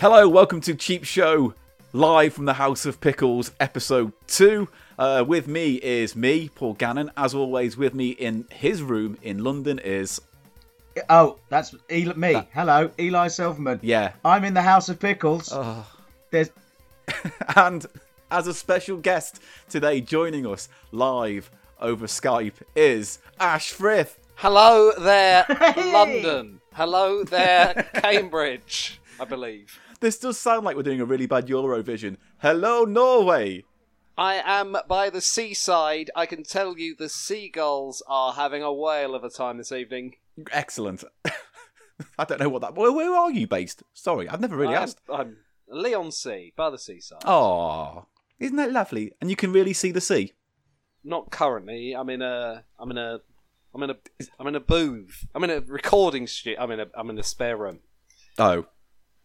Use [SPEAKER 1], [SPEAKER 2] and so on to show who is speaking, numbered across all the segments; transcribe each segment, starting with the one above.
[SPEAKER 1] Hello, welcome to Cheap Show, live from the House of Pickles, episode two. Uh, with me is me, Paul Gannon. As always, with me in his room in London is
[SPEAKER 2] Oh, that's Eli- me. Hello, Eli Silverman.
[SPEAKER 1] yeah,
[SPEAKER 2] I'm in the House of Pickles.
[SPEAKER 3] Oh.
[SPEAKER 2] There's
[SPEAKER 1] and as a special guest today, joining us live over Skype is Ash Frith.
[SPEAKER 3] Hello there, London. Hello there, Cambridge, I believe.
[SPEAKER 1] This does sound like we're doing a really bad Eurovision. Hello, Norway.
[SPEAKER 3] I am by the seaside. I can tell you the seagulls are having a whale of a time this evening.
[SPEAKER 1] Excellent. I don't know what that. Where, where are you based? Sorry, I've never really
[SPEAKER 3] I am-
[SPEAKER 1] asked.
[SPEAKER 3] I'm Leon Sea, by the seaside.
[SPEAKER 1] Oh, isn't that lovely? And you can really see the sea.
[SPEAKER 3] Not currently. I'm in a. I'm in a. I'm in a. I'm in a booth. I'm in a recording studio. I'm in a. I'm in a spare room.
[SPEAKER 1] Oh,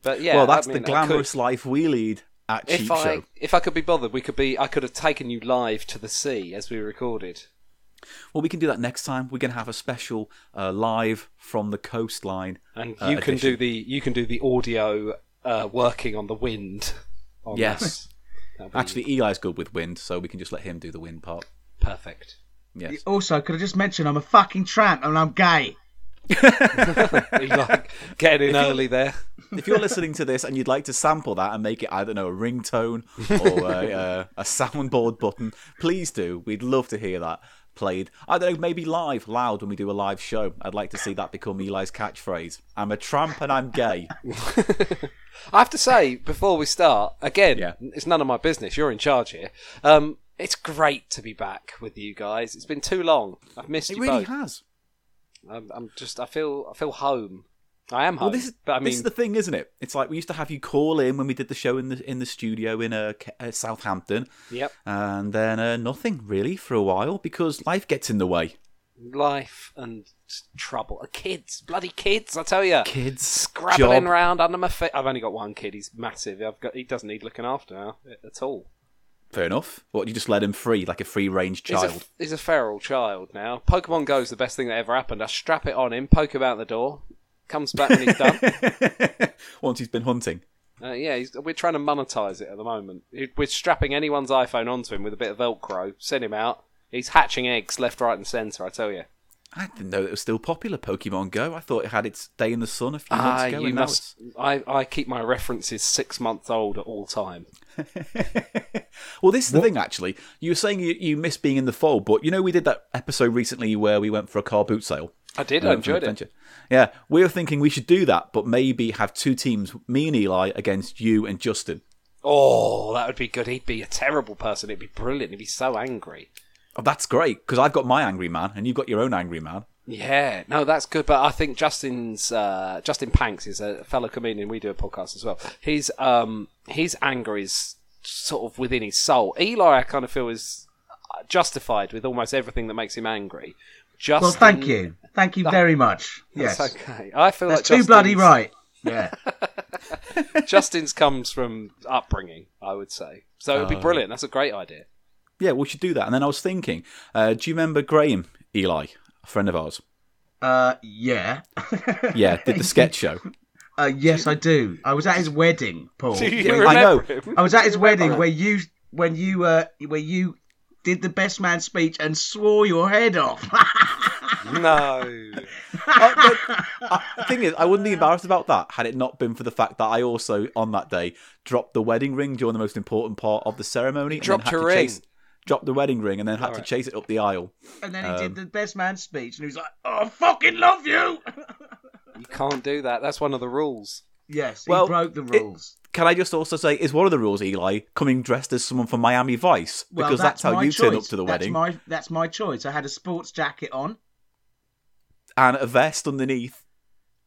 [SPEAKER 3] But yeah.
[SPEAKER 1] well, that's
[SPEAKER 3] I mean,
[SPEAKER 1] the
[SPEAKER 3] I could-
[SPEAKER 1] glamorous life we lead at Cheap
[SPEAKER 3] if I
[SPEAKER 1] Show.
[SPEAKER 3] if I could be bothered, we could be. I could have taken you live to the sea as we recorded.
[SPEAKER 1] Well, we can do that next time. We're going to have a special uh, live from the coastline.
[SPEAKER 3] and
[SPEAKER 1] uh,
[SPEAKER 3] you can
[SPEAKER 1] edition.
[SPEAKER 3] do the you can do the audio uh, working on the wind. On
[SPEAKER 1] Yes.
[SPEAKER 3] this. That'll be
[SPEAKER 1] Actually, Eli's good with wind, so we can just let him do the wind part.
[SPEAKER 3] perfect.
[SPEAKER 1] Yes.
[SPEAKER 2] also could I just mention I'm a fucking tramp and I'm gay.
[SPEAKER 3] You like getting in early there.
[SPEAKER 1] if you're listening to this and you'd like to sample that and make it, I don't know, a ringtone or a, uh, a soundboard button, please do. We'd love to hear that played. I don't know, maybe live, loud when we do a live show. I'd like to see that become Eli's catchphrase. I'm a tramp and I'm gay.
[SPEAKER 3] I have to say before we start again,
[SPEAKER 1] Yeah.
[SPEAKER 3] it's none of my business. You're in charge here. Um, it's great to be back with you guys. It's been too long. I've missed
[SPEAKER 1] It
[SPEAKER 3] you
[SPEAKER 1] really
[SPEAKER 3] both.
[SPEAKER 1] has.
[SPEAKER 3] I'm, I'm just. I feel. I feel home. I am home.
[SPEAKER 1] Well, this is
[SPEAKER 3] but I mean,
[SPEAKER 1] this is the thing, isn't it? It's like we used to have you call in when we did the show in the in the studio in uh, Ke- uh, Southampton,
[SPEAKER 3] yep.
[SPEAKER 1] and then uh, nothing really for a while because life gets in the way.
[SPEAKER 3] Life and trouble. Kids, bloody kids! I tell you.
[SPEAKER 1] Kids,
[SPEAKER 3] scrabbling
[SPEAKER 1] job.
[SPEAKER 3] round under my feet. I've only got one kid. He's massive. I've got. He doesn't need looking after now at all.
[SPEAKER 1] Fair enough. What you just let him free like a free range
[SPEAKER 3] He's a,
[SPEAKER 1] child?
[SPEAKER 3] he's a feral child now. Pokemon Go's the best thing that ever happened. I strap it on him, poke him out the door, comes back when he's done.
[SPEAKER 1] Once he's been hunting.
[SPEAKER 3] Uh, yeah, he's, we're trying to monetize it at the moment. He- We're strapping anyone's iPhone onto him with a bit of Velcro. Send him out. He's hatching eggs left, right, and centre. I tell you.
[SPEAKER 1] I didn't know it was still popular. Pokemon Go. I thought it had its day in the sun a few months
[SPEAKER 3] Ah,
[SPEAKER 1] ago.
[SPEAKER 3] you
[SPEAKER 1] and now
[SPEAKER 3] must. I, I keep my references six months old at all time.
[SPEAKER 1] it's- well, this is the thing. Actually, you were saying you, you miss being in the fold, but you know we did that episode recently where we went for a car boot sale.
[SPEAKER 3] I did.
[SPEAKER 1] Uh,
[SPEAKER 3] I
[SPEAKER 1] from
[SPEAKER 3] enjoyed it.
[SPEAKER 1] Adventure. Yeah, we were thinking we should do that, but maybe have two teams, me and Eli, against you and Justin.
[SPEAKER 3] Oh, that would be good. He'd be a terrible person. It'd be brilliant. He'd be so angry.
[SPEAKER 1] Oh, that's great because I've got my angry man and you've got your own angry man.
[SPEAKER 3] Yeah, no, that's good. But I think Justin's uh, Justin Panks is a fellow comedian. We do a podcast as well. His um his anger is sort of within his soul. Eli, I kind of feel is justified with almost everything that makes him angry. Justin,
[SPEAKER 2] Well, thank you, thank you very much. Yes,
[SPEAKER 3] That's okay. I feel
[SPEAKER 2] that's
[SPEAKER 3] like
[SPEAKER 2] too bloody
[SPEAKER 3] Justin's-
[SPEAKER 2] right. Yeah,
[SPEAKER 3] Justin's comes from upbringing, I would say. So it'd be
[SPEAKER 1] Oh.
[SPEAKER 3] brilliant. That's a great idea.
[SPEAKER 1] Yeah, we should do that. And then I was thinking, uh, do you remember Graham, Eli, a friend of ours?
[SPEAKER 2] uh, yeah,
[SPEAKER 1] Yeah, did the sketch show.
[SPEAKER 2] uh, yes, I do. I was at his wedding, Paul.
[SPEAKER 1] Oh.
[SPEAKER 3] Do you
[SPEAKER 2] Where-
[SPEAKER 3] remember
[SPEAKER 1] know.
[SPEAKER 3] him?
[SPEAKER 2] I was at his wedding where you, when you, uh, where you did the best man speech and swore your head off.
[SPEAKER 3] No. Uh,
[SPEAKER 1] I, but, I, the thing is, I wouldn't be embarrassed about that had it not been for the fact that I also, on that day, dropped the wedding ring during the most important part of the ceremony. and then
[SPEAKER 3] dropped
[SPEAKER 1] had
[SPEAKER 3] your
[SPEAKER 1] to
[SPEAKER 3] ring.
[SPEAKER 1] Chase, dropped the wedding ring and then had to
[SPEAKER 3] Alright.
[SPEAKER 1] chase it up the aisle.
[SPEAKER 2] And then he
[SPEAKER 1] Um,
[SPEAKER 2] did the best man speech, and he was like, "Oh, I fucking love you."
[SPEAKER 3] You can't do that. That's one of the rules.
[SPEAKER 2] yes, he
[SPEAKER 1] Well,
[SPEAKER 2] broke the
[SPEAKER 1] it-
[SPEAKER 2] rules.
[SPEAKER 1] Can I just also say, is one of the rules, Eli, coming dressed as someone from Miami Vice?
[SPEAKER 2] Well,
[SPEAKER 1] Because that's, how
[SPEAKER 2] my
[SPEAKER 1] you turn up
[SPEAKER 2] choice.
[SPEAKER 1] to the
[SPEAKER 2] That's
[SPEAKER 1] wedding.
[SPEAKER 2] My, that's my choice. I had a sports jacket on
[SPEAKER 1] And a vest underneath.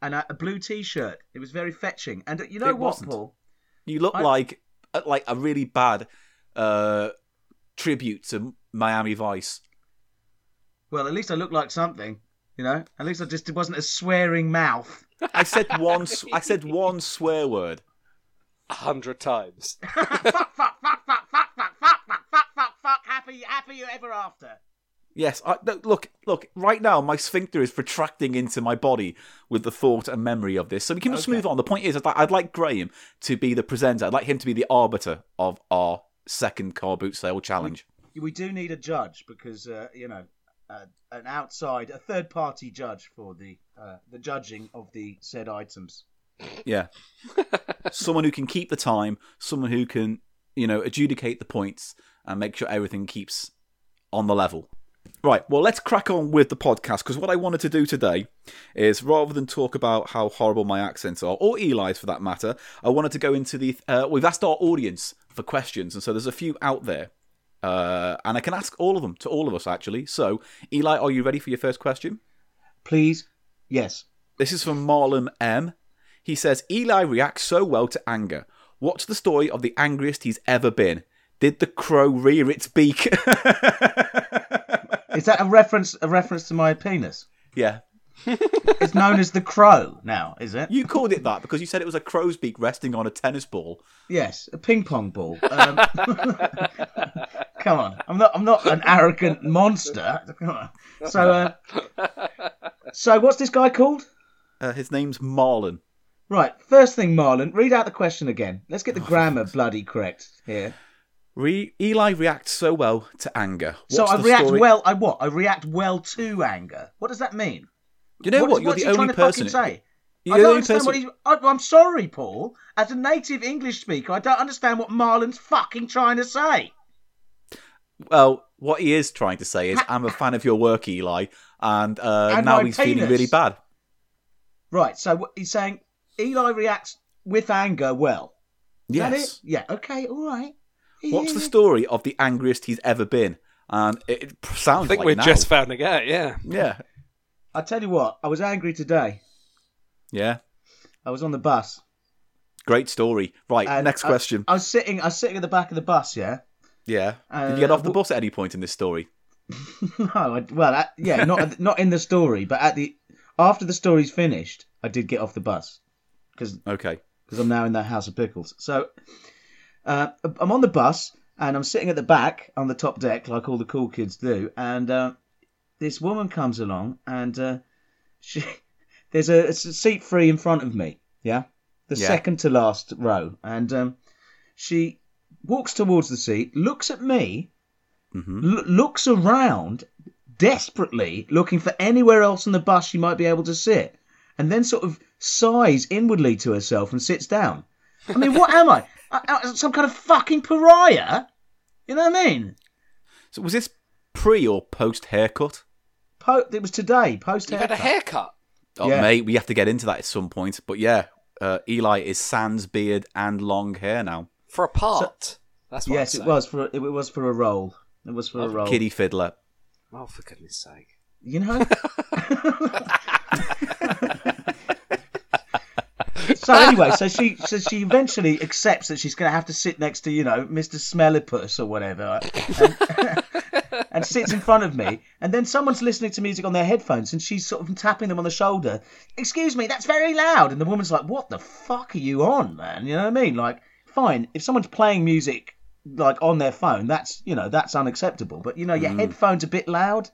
[SPEAKER 2] and a, a blue t-shirt. It was very fetching. And uh, you know
[SPEAKER 1] It
[SPEAKER 2] what,
[SPEAKER 1] wasn't.
[SPEAKER 2] Paul?
[SPEAKER 1] You look
[SPEAKER 2] I-
[SPEAKER 1] like uh, like a really bad uh, tribute to Miami Vice.
[SPEAKER 2] Well, at least I looked like something. You know, at least I just it wasn't a swearing mouth.
[SPEAKER 1] I said one. s- I said one swear word.
[SPEAKER 3] A hundred times.
[SPEAKER 2] fuck, fuck, fuck, fuck, fuck, fuck, fuck, fuck, fuck, fuck, fuck. Happy, happy ever after.
[SPEAKER 1] Yes, I, no, look, look. Right now, my sphincter is protracting into my body with the thought and memory of this. So we can just move on. The point is, I'd like, I'd like Graham to be the presenter. I'd like him to be the arbiter of our second car boot sale challenge.
[SPEAKER 2] We do need a judge because uh, you know uh, an outside, a third party judge for the uh, the judging of the said items.
[SPEAKER 1] Yeah, someone who can keep the time, someone who can, you know, adjudicate the points and make sure everything keeps on the level. Right, well, let's crack on with the podcast because what I wanted to do today is rather than talk about how horrible my accents are, or Eli's for that matter, I wanted to go into the. Uh, we've asked our audience for questions, and so there's a few out there. Uh, and I can ask all of them to all of us, actually. So, Eli, are you ready for your first question?
[SPEAKER 2] Please, yes.
[SPEAKER 1] This is from Marlon M. He says Eli reacts so well to anger. What's the story of the angriest he's ever been? Did the crow rear its beak?
[SPEAKER 2] Is that a reference a reference to my penis?
[SPEAKER 1] yeah.
[SPEAKER 2] It's known as the crow now, is it?
[SPEAKER 1] You called it that because you said it was a crow's beak resting on a tennis ball.
[SPEAKER 2] Yes, a ping pong ball. Um, come on, I'm not. I'm not an arrogant monster. Come on. So, uh, so what's this guy called?
[SPEAKER 1] Uh, his name's Marlon.
[SPEAKER 2] Right. First thing, Marlon, read out the question again. Let's get the grammar bloody correct here.
[SPEAKER 1] Re- Eli reacts so well to anger. What's
[SPEAKER 2] so I
[SPEAKER 1] the
[SPEAKER 2] react
[SPEAKER 1] story-
[SPEAKER 2] well. I what? I react well to anger. What does that mean?
[SPEAKER 1] You know what?
[SPEAKER 2] What-
[SPEAKER 1] You're
[SPEAKER 2] what's
[SPEAKER 1] the
[SPEAKER 2] he
[SPEAKER 1] only
[SPEAKER 2] trying to
[SPEAKER 1] person.
[SPEAKER 2] fucking say?
[SPEAKER 1] You're
[SPEAKER 2] I
[SPEAKER 1] the
[SPEAKER 2] don't
[SPEAKER 1] only
[SPEAKER 2] understand
[SPEAKER 1] person.
[SPEAKER 2] what he's. I, I'm sorry, Paul. As a native English speaker, I don't understand what Marlon's fucking trying to say.
[SPEAKER 1] Well, what he is trying to say is, I'm a fan of your work, Eli, and, uh,
[SPEAKER 2] And
[SPEAKER 1] now
[SPEAKER 2] my
[SPEAKER 1] he's
[SPEAKER 2] penis.
[SPEAKER 1] feeling really bad.
[SPEAKER 2] Right. So what he's saying Eli reacts with anger well. Is that
[SPEAKER 1] Yes.
[SPEAKER 2] it? Yeah. Okay. All right. Yeah,
[SPEAKER 1] What's the
[SPEAKER 2] yeah,
[SPEAKER 1] story of the angriest he's ever been? And it, it sounds
[SPEAKER 3] I think
[SPEAKER 1] like
[SPEAKER 3] we're
[SPEAKER 1] now.
[SPEAKER 3] just finding out. Yeah.
[SPEAKER 1] yeah,
[SPEAKER 2] yeah. I tell you what. I was angry today.
[SPEAKER 1] yeah.
[SPEAKER 2] I was on the bus.
[SPEAKER 1] Great story. Right,
[SPEAKER 2] and uh,
[SPEAKER 1] next
[SPEAKER 2] I-
[SPEAKER 1] question.
[SPEAKER 2] I was sitting. I was sitting at the back of the bus. Yeah.
[SPEAKER 1] yeah. Did
[SPEAKER 2] uh,
[SPEAKER 1] you get off the
[SPEAKER 2] wh-
[SPEAKER 1] bus at any point in this story?
[SPEAKER 2] no. Oh, I, well, at, yeah. Not not in the story, but at the after the story's finished, I did get off the bus because
[SPEAKER 1] Okay.
[SPEAKER 2] because I'm now in that house of pickles. So uh, I'm on the bus and I'm sitting at the back on the top deck, like all the cool kids do. And uh, this woman comes along and uh, she there's a, a seat free in front of me. Yeah, the
[SPEAKER 1] Yeah.
[SPEAKER 2] second to last row, and um, she walks towards the seat, looks at me,
[SPEAKER 1] Mhm.
[SPEAKER 2] l- looks around desperately, looking for anywhere else on the bus she might be able to sit, and then sort of sighs inwardly to herself and sits down. I mean, what am I? I, I- some kind of fucking pariah? You know what I mean?
[SPEAKER 1] So was this pre or post haircut?
[SPEAKER 2] Po- it was today, post
[SPEAKER 3] You had a
[SPEAKER 2] haircut.
[SPEAKER 3] haircut.
[SPEAKER 1] Oh,
[SPEAKER 2] Yeah.
[SPEAKER 1] mate, we have to get into that at some point. But yeah, uh, Eli is sans beard and long hair now.
[SPEAKER 3] for a part. That's what
[SPEAKER 2] Yes,
[SPEAKER 3] I'm
[SPEAKER 2] it
[SPEAKER 3] saying.
[SPEAKER 2] was for it was for a role. It was for a role.
[SPEAKER 1] Kitty fiddler.
[SPEAKER 3] Oh, for goodness' sake!
[SPEAKER 2] You know. so anyway, so she so she eventually accepts that she's going to have to sit next to you know Mr. Smellypuss or whatever, and, and sits in front of me. And then someone's listening to music on their headphones, and she's sort of tapping them on the shoulder. Excuse me, that's very loud. And the woman's like, "What the fuck are you on, man? You know what I mean? Like, fine, if someone's playing music like on their phone, that's you know that's unacceptable. But you know
[SPEAKER 1] Mm.
[SPEAKER 2] your headphones a bit loud."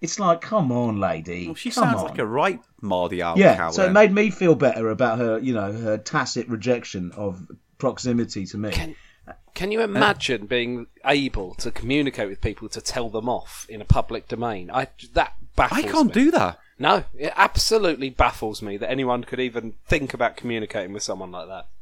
[SPEAKER 2] It's like, come on, lady.
[SPEAKER 1] Well, she
[SPEAKER 2] come
[SPEAKER 1] sounds
[SPEAKER 2] on.
[SPEAKER 1] like a right Mardy owl
[SPEAKER 2] yeah.
[SPEAKER 1] cow.
[SPEAKER 2] so it
[SPEAKER 1] then.
[SPEAKER 2] made me feel better about her, you know, her tacit rejection of proximity to me.
[SPEAKER 3] Can can you imagine being able to communicate with people to tell them off in a public domain? I that baffles
[SPEAKER 1] I can't
[SPEAKER 3] me.
[SPEAKER 1] do that.
[SPEAKER 3] No, it absolutely baffles me that anyone could even think about communicating with someone like that.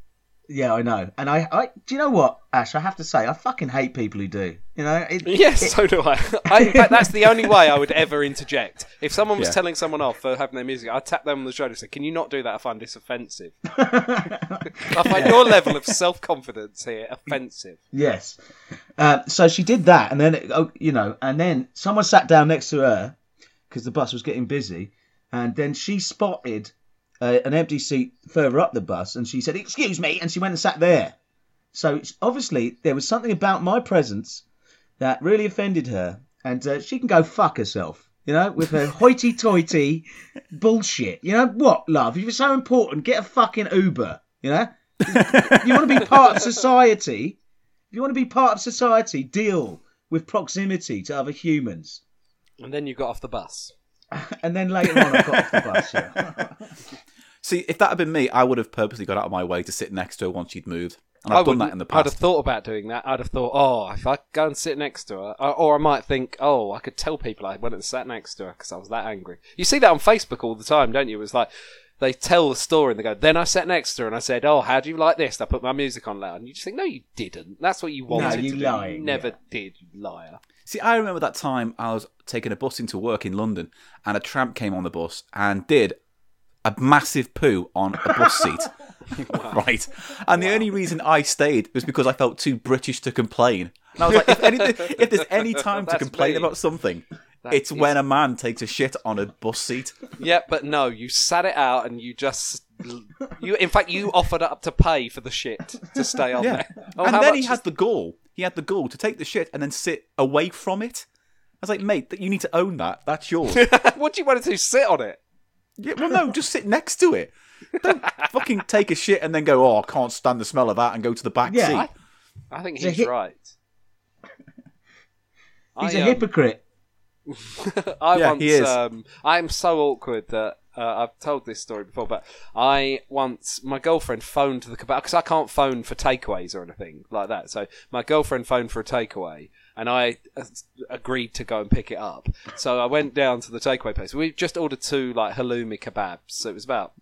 [SPEAKER 2] Yeah, I know. And I, I, do you know what, Ash? I have to say, I fucking hate people who do. You know, it,
[SPEAKER 3] Yes, so do I. I in fact, that's the only way I would ever interject. If someone was
[SPEAKER 1] Yeah.
[SPEAKER 3] telling someone off for having their music, I'd tap them on the shoulder and say, Can you not do that? I find this offensive. I find your level of self confidence here offensive.
[SPEAKER 2] Yes. Uh, so she did that, and then it, oh, you know, and then someone sat down next to her because the bus was getting busy, and then she spotted uh, an empty seat further up the bus, and she said, "Excuse me," and she went and sat there. So it's- obviously there was something about my presence that really offended her, and uh, she can go fuck herself. You know, with her hoity-toity bullshit. You know what, love? If you're so important, get a fucking Uber. You know, you want to be part of society. If you want to be part of society, deal with proximity to other humans.
[SPEAKER 3] And then you got off the bus.
[SPEAKER 2] And then later on, I got off the bus. Yeah.
[SPEAKER 1] See, if that had been me, I would have purposely gone out of my way to sit next to her once she'd moved. And
[SPEAKER 3] I
[SPEAKER 1] I've done
[SPEAKER 3] wouldn't-
[SPEAKER 1] that in the
[SPEAKER 3] I'd have
[SPEAKER 1] past.
[SPEAKER 3] thought about doing that. I'd have thought, oh, if I go and sit next to her, uh, or, or I might think, oh, I could tell people I went and sat next to her because I was that angry. You see that on Facebook all the time, don't you? It's like they tell the story and they go, then I sat next to her and I said, oh, how do you like this? And I put my music on loud, and you just think, no, you didn't. That's what you wanted
[SPEAKER 2] you
[SPEAKER 3] to do.
[SPEAKER 2] lying,
[SPEAKER 3] you never
[SPEAKER 2] yeah.
[SPEAKER 3] did, you liar.
[SPEAKER 1] See, I remember that time I was taking a bus into work in London, and a tramp came on the bus and did a massive poo on a bus seat. Right, and the only reason I stayed was because I felt too British to complain. And I was like, if, anything, if there's any time to
[SPEAKER 3] That's
[SPEAKER 1] complain
[SPEAKER 3] me.
[SPEAKER 1] about something, it's
[SPEAKER 3] is-
[SPEAKER 1] when a man takes a shit on a bus seat.
[SPEAKER 3] yeah, but no, you sat it out and you just. You, in fact, you offered up to pay for the shit to stay on
[SPEAKER 1] Yeah,
[SPEAKER 3] there. Oh,
[SPEAKER 1] and
[SPEAKER 3] how
[SPEAKER 1] then
[SPEAKER 3] much
[SPEAKER 1] he
[SPEAKER 3] is-
[SPEAKER 1] had the gall. He had the gall to take the shit and then sit away from it. I was like, mate, that you need to own that. That's yours.
[SPEAKER 3] what do you want to do? Sit on it?
[SPEAKER 1] Yeah, well, no, just sit next to it. Don't fucking take a shit and then go, oh, I can't stand the smell of that and go to the back
[SPEAKER 2] Yeah,
[SPEAKER 1] seat.
[SPEAKER 2] I-
[SPEAKER 3] I think
[SPEAKER 2] He's a
[SPEAKER 3] he's
[SPEAKER 2] hip-
[SPEAKER 3] right. um,
[SPEAKER 2] He's
[SPEAKER 3] a
[SPEAKER 2] a hypocrite.
[SPEAKER 3] I
[SPEAKER 1] Yeah,
[SPEAKER 3] once,
[SPEAKER 1] he is.
[SPEAKER 3] Um, I am so awkward that uh, I've told this story before, but I once my girlfriend phoned the kebab because I can't phone for takeaways or anything like that. So my girlfriend phoned for a takeaway, and I uh, agreed to go and pick it up. So I went down to the takeaway place. We just ordered two like halloumi kebabs, so it was about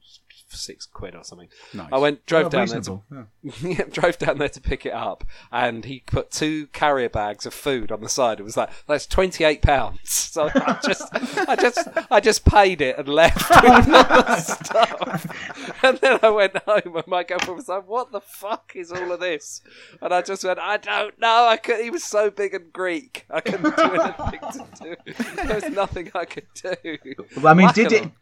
[SPEAKER 3] six quid or something.
[SPEAKER 1] Nice.
[SPEAKER 3] I went drove
[SPEAKER 2] Oh,
[SPEAKER 3] down there to
[SPEAKER 2] reasonable. yeah.
[SPEAKER 3] yeah, drove down there to pick it up, and he put two carrier bags of food on the side. It was like that's twenty eight pounds. So I just, I just, I just paid it and left with all the stuff. And then I went home, and my girlfriend was like, "What the fuck is all of this?" And I just went, "I don't know. I could." He was so big and Greek, I couldn't do anything to do. There was nothing I could do.
[SPEAKER 2] Well, I mean, did it
[SPEAKER 3] Luckily-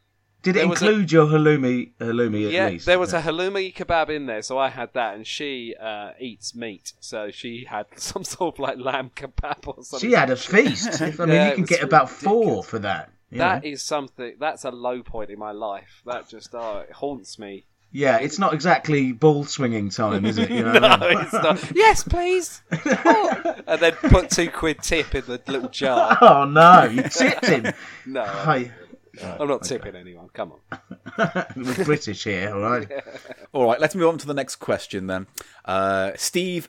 [SPEAKER 2] did it
[SPEAKER 3] there was a-
[SPEAKER 2] include your halloumi halloumi at
[SPEAKER 3] yeah,
[SPEAKER 2] least?
[SPEAKER 3] there was a halloumi kebab in there, so I had that, and she uh, eats meat, so she had some sort of like lamb kebab or something.
[SPEAKER 2] She had a feast. I mean,
[SPEAKER 3] Yeah,
[SPEAKER 2] you
[SPEAKER 3] it
[SPEAKER 2] can
[SPEAKER 3] was
[SPEAKER 2] get about four
[SPEAKER 3] ridiculous.
[SPEAKER 2] for that. you
[SPEAKER 3] That
[SPEAKER 2] know?
[SPEAKER 3] is something. That's a low point in my life. That just oh, it haunts me.
[SPEAKER 2] Yeah, it's not exactly ball swinging time, is it? You know what I
[SPEAKER 3] No,
[SPEAKER 2] mean?
[SPEAKER 3] it's not. Yes, please. Oh. And then put two quid tip in the little jar.
[SPEAKER 2] Oh no, you tipped him.
[SPEAKER 3] No, I'm
[SPEAKER 2] Hi,
[SPEAKER 3] not tipping anyone. Come on.
[SPEAKER 2] we're British here, all right.
[SPEAKER 1] All right, let's move on to the next question then. Uh, Steve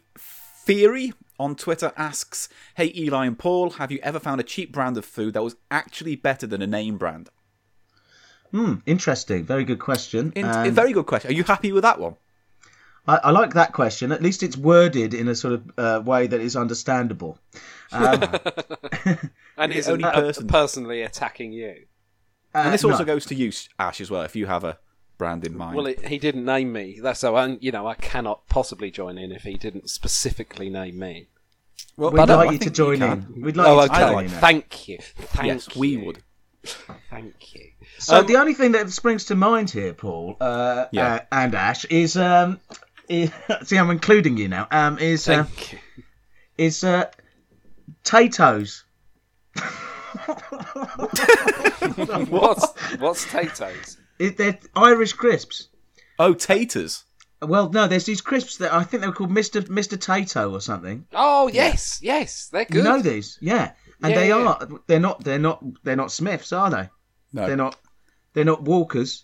[SPEAKER 1] Theory on Twitter asks Hey, Eli and Paul, have you ever found a cheap brand of food that was actually better than a name brand?
[SPEAKER 2] Hmm, interesting. Very good question.
[SPEAKER 1] In-
[SPEAKER 2] And
[SPEAKER 1] very good question. Are you happy with that one?
[SPEAKER 2] I, I like that question. At least it's worded in a sort of uh, way that is understandable.
[SPEAKER 3] And he's
[SPEAKER 1] only
[SPEAKER 3] only
[SPEAKER 1] person-
[SPEAKER 3] personally attacking you.
[SPEAKER 1] And this
[SPEAKER 2] Uh,
[SPEAKER 1] also
[SPEAKER 2] no.
[SPEAKER 1] goes to you, Ash, as well, if you have a brand in mind.
[SPEAKER 3] Well, it, he didn't name me. That's so. I, you know, I cannot possibly join in if he didn't specifically name me.
[SPEAKER 1] Well,
[SPEAKER 2] We'd
[SPEAKER 1] I don't-
[SPEAKER 2] like
[SPEAKER 1] I
[SPEAKER 2] you to
[SPEAKER 1] think
[SPEAKER 2] join
[SPEAKER 1] can.
[SPEAKER 2] in. We'd like
[SPEAKER 3] Oh,
[SPEAKER 2] you to join
[SPEAKER 3] okay.
[SPEAKER 2] in.
[SPEAKER 3] Thank you. Thank
[SPEAKER 1] Yes, we
[SPEAKER 3] you.
[SPEAKER 1] would.
[SPEAKER 3] Thank you.
[SPEAKER 2] So the only thing that springs to mind here, Paul, uh,
[SPEAKER 1] Yeah.
[SPEAKER 2] uh, and Ash, is um, is, see, I'm including you now. Um, is uh,
[SPEAKER 3] Thank you.
[SPEAKER 2] is uh, Tato's.
[SPEAKER 3] What's what's potatoes?
[SPEAKER 2] It- They're Irish crisps.
[SPEAKER 1] Oh, taters.
[SPEAKER 2] Well, no, there's these crisps that I think they were called Mister Mister Tato or something.
[SPEAKER 3] Oh yes, yes, they're
[SPEAKER 2] You
[SPEAKER 3] good.
[SPEAKER 2] know these, yeah. And
[SPEAKER 3] Yeah,
[SPEAKER 2] they
[SPEAKER 3] yeah,
[SPEAKER 2] are. They're not. They're not. They're not Smiths, are they?
[SPEAKER 1] No.
[SPEAKER 2] They're not. They're not Walkers,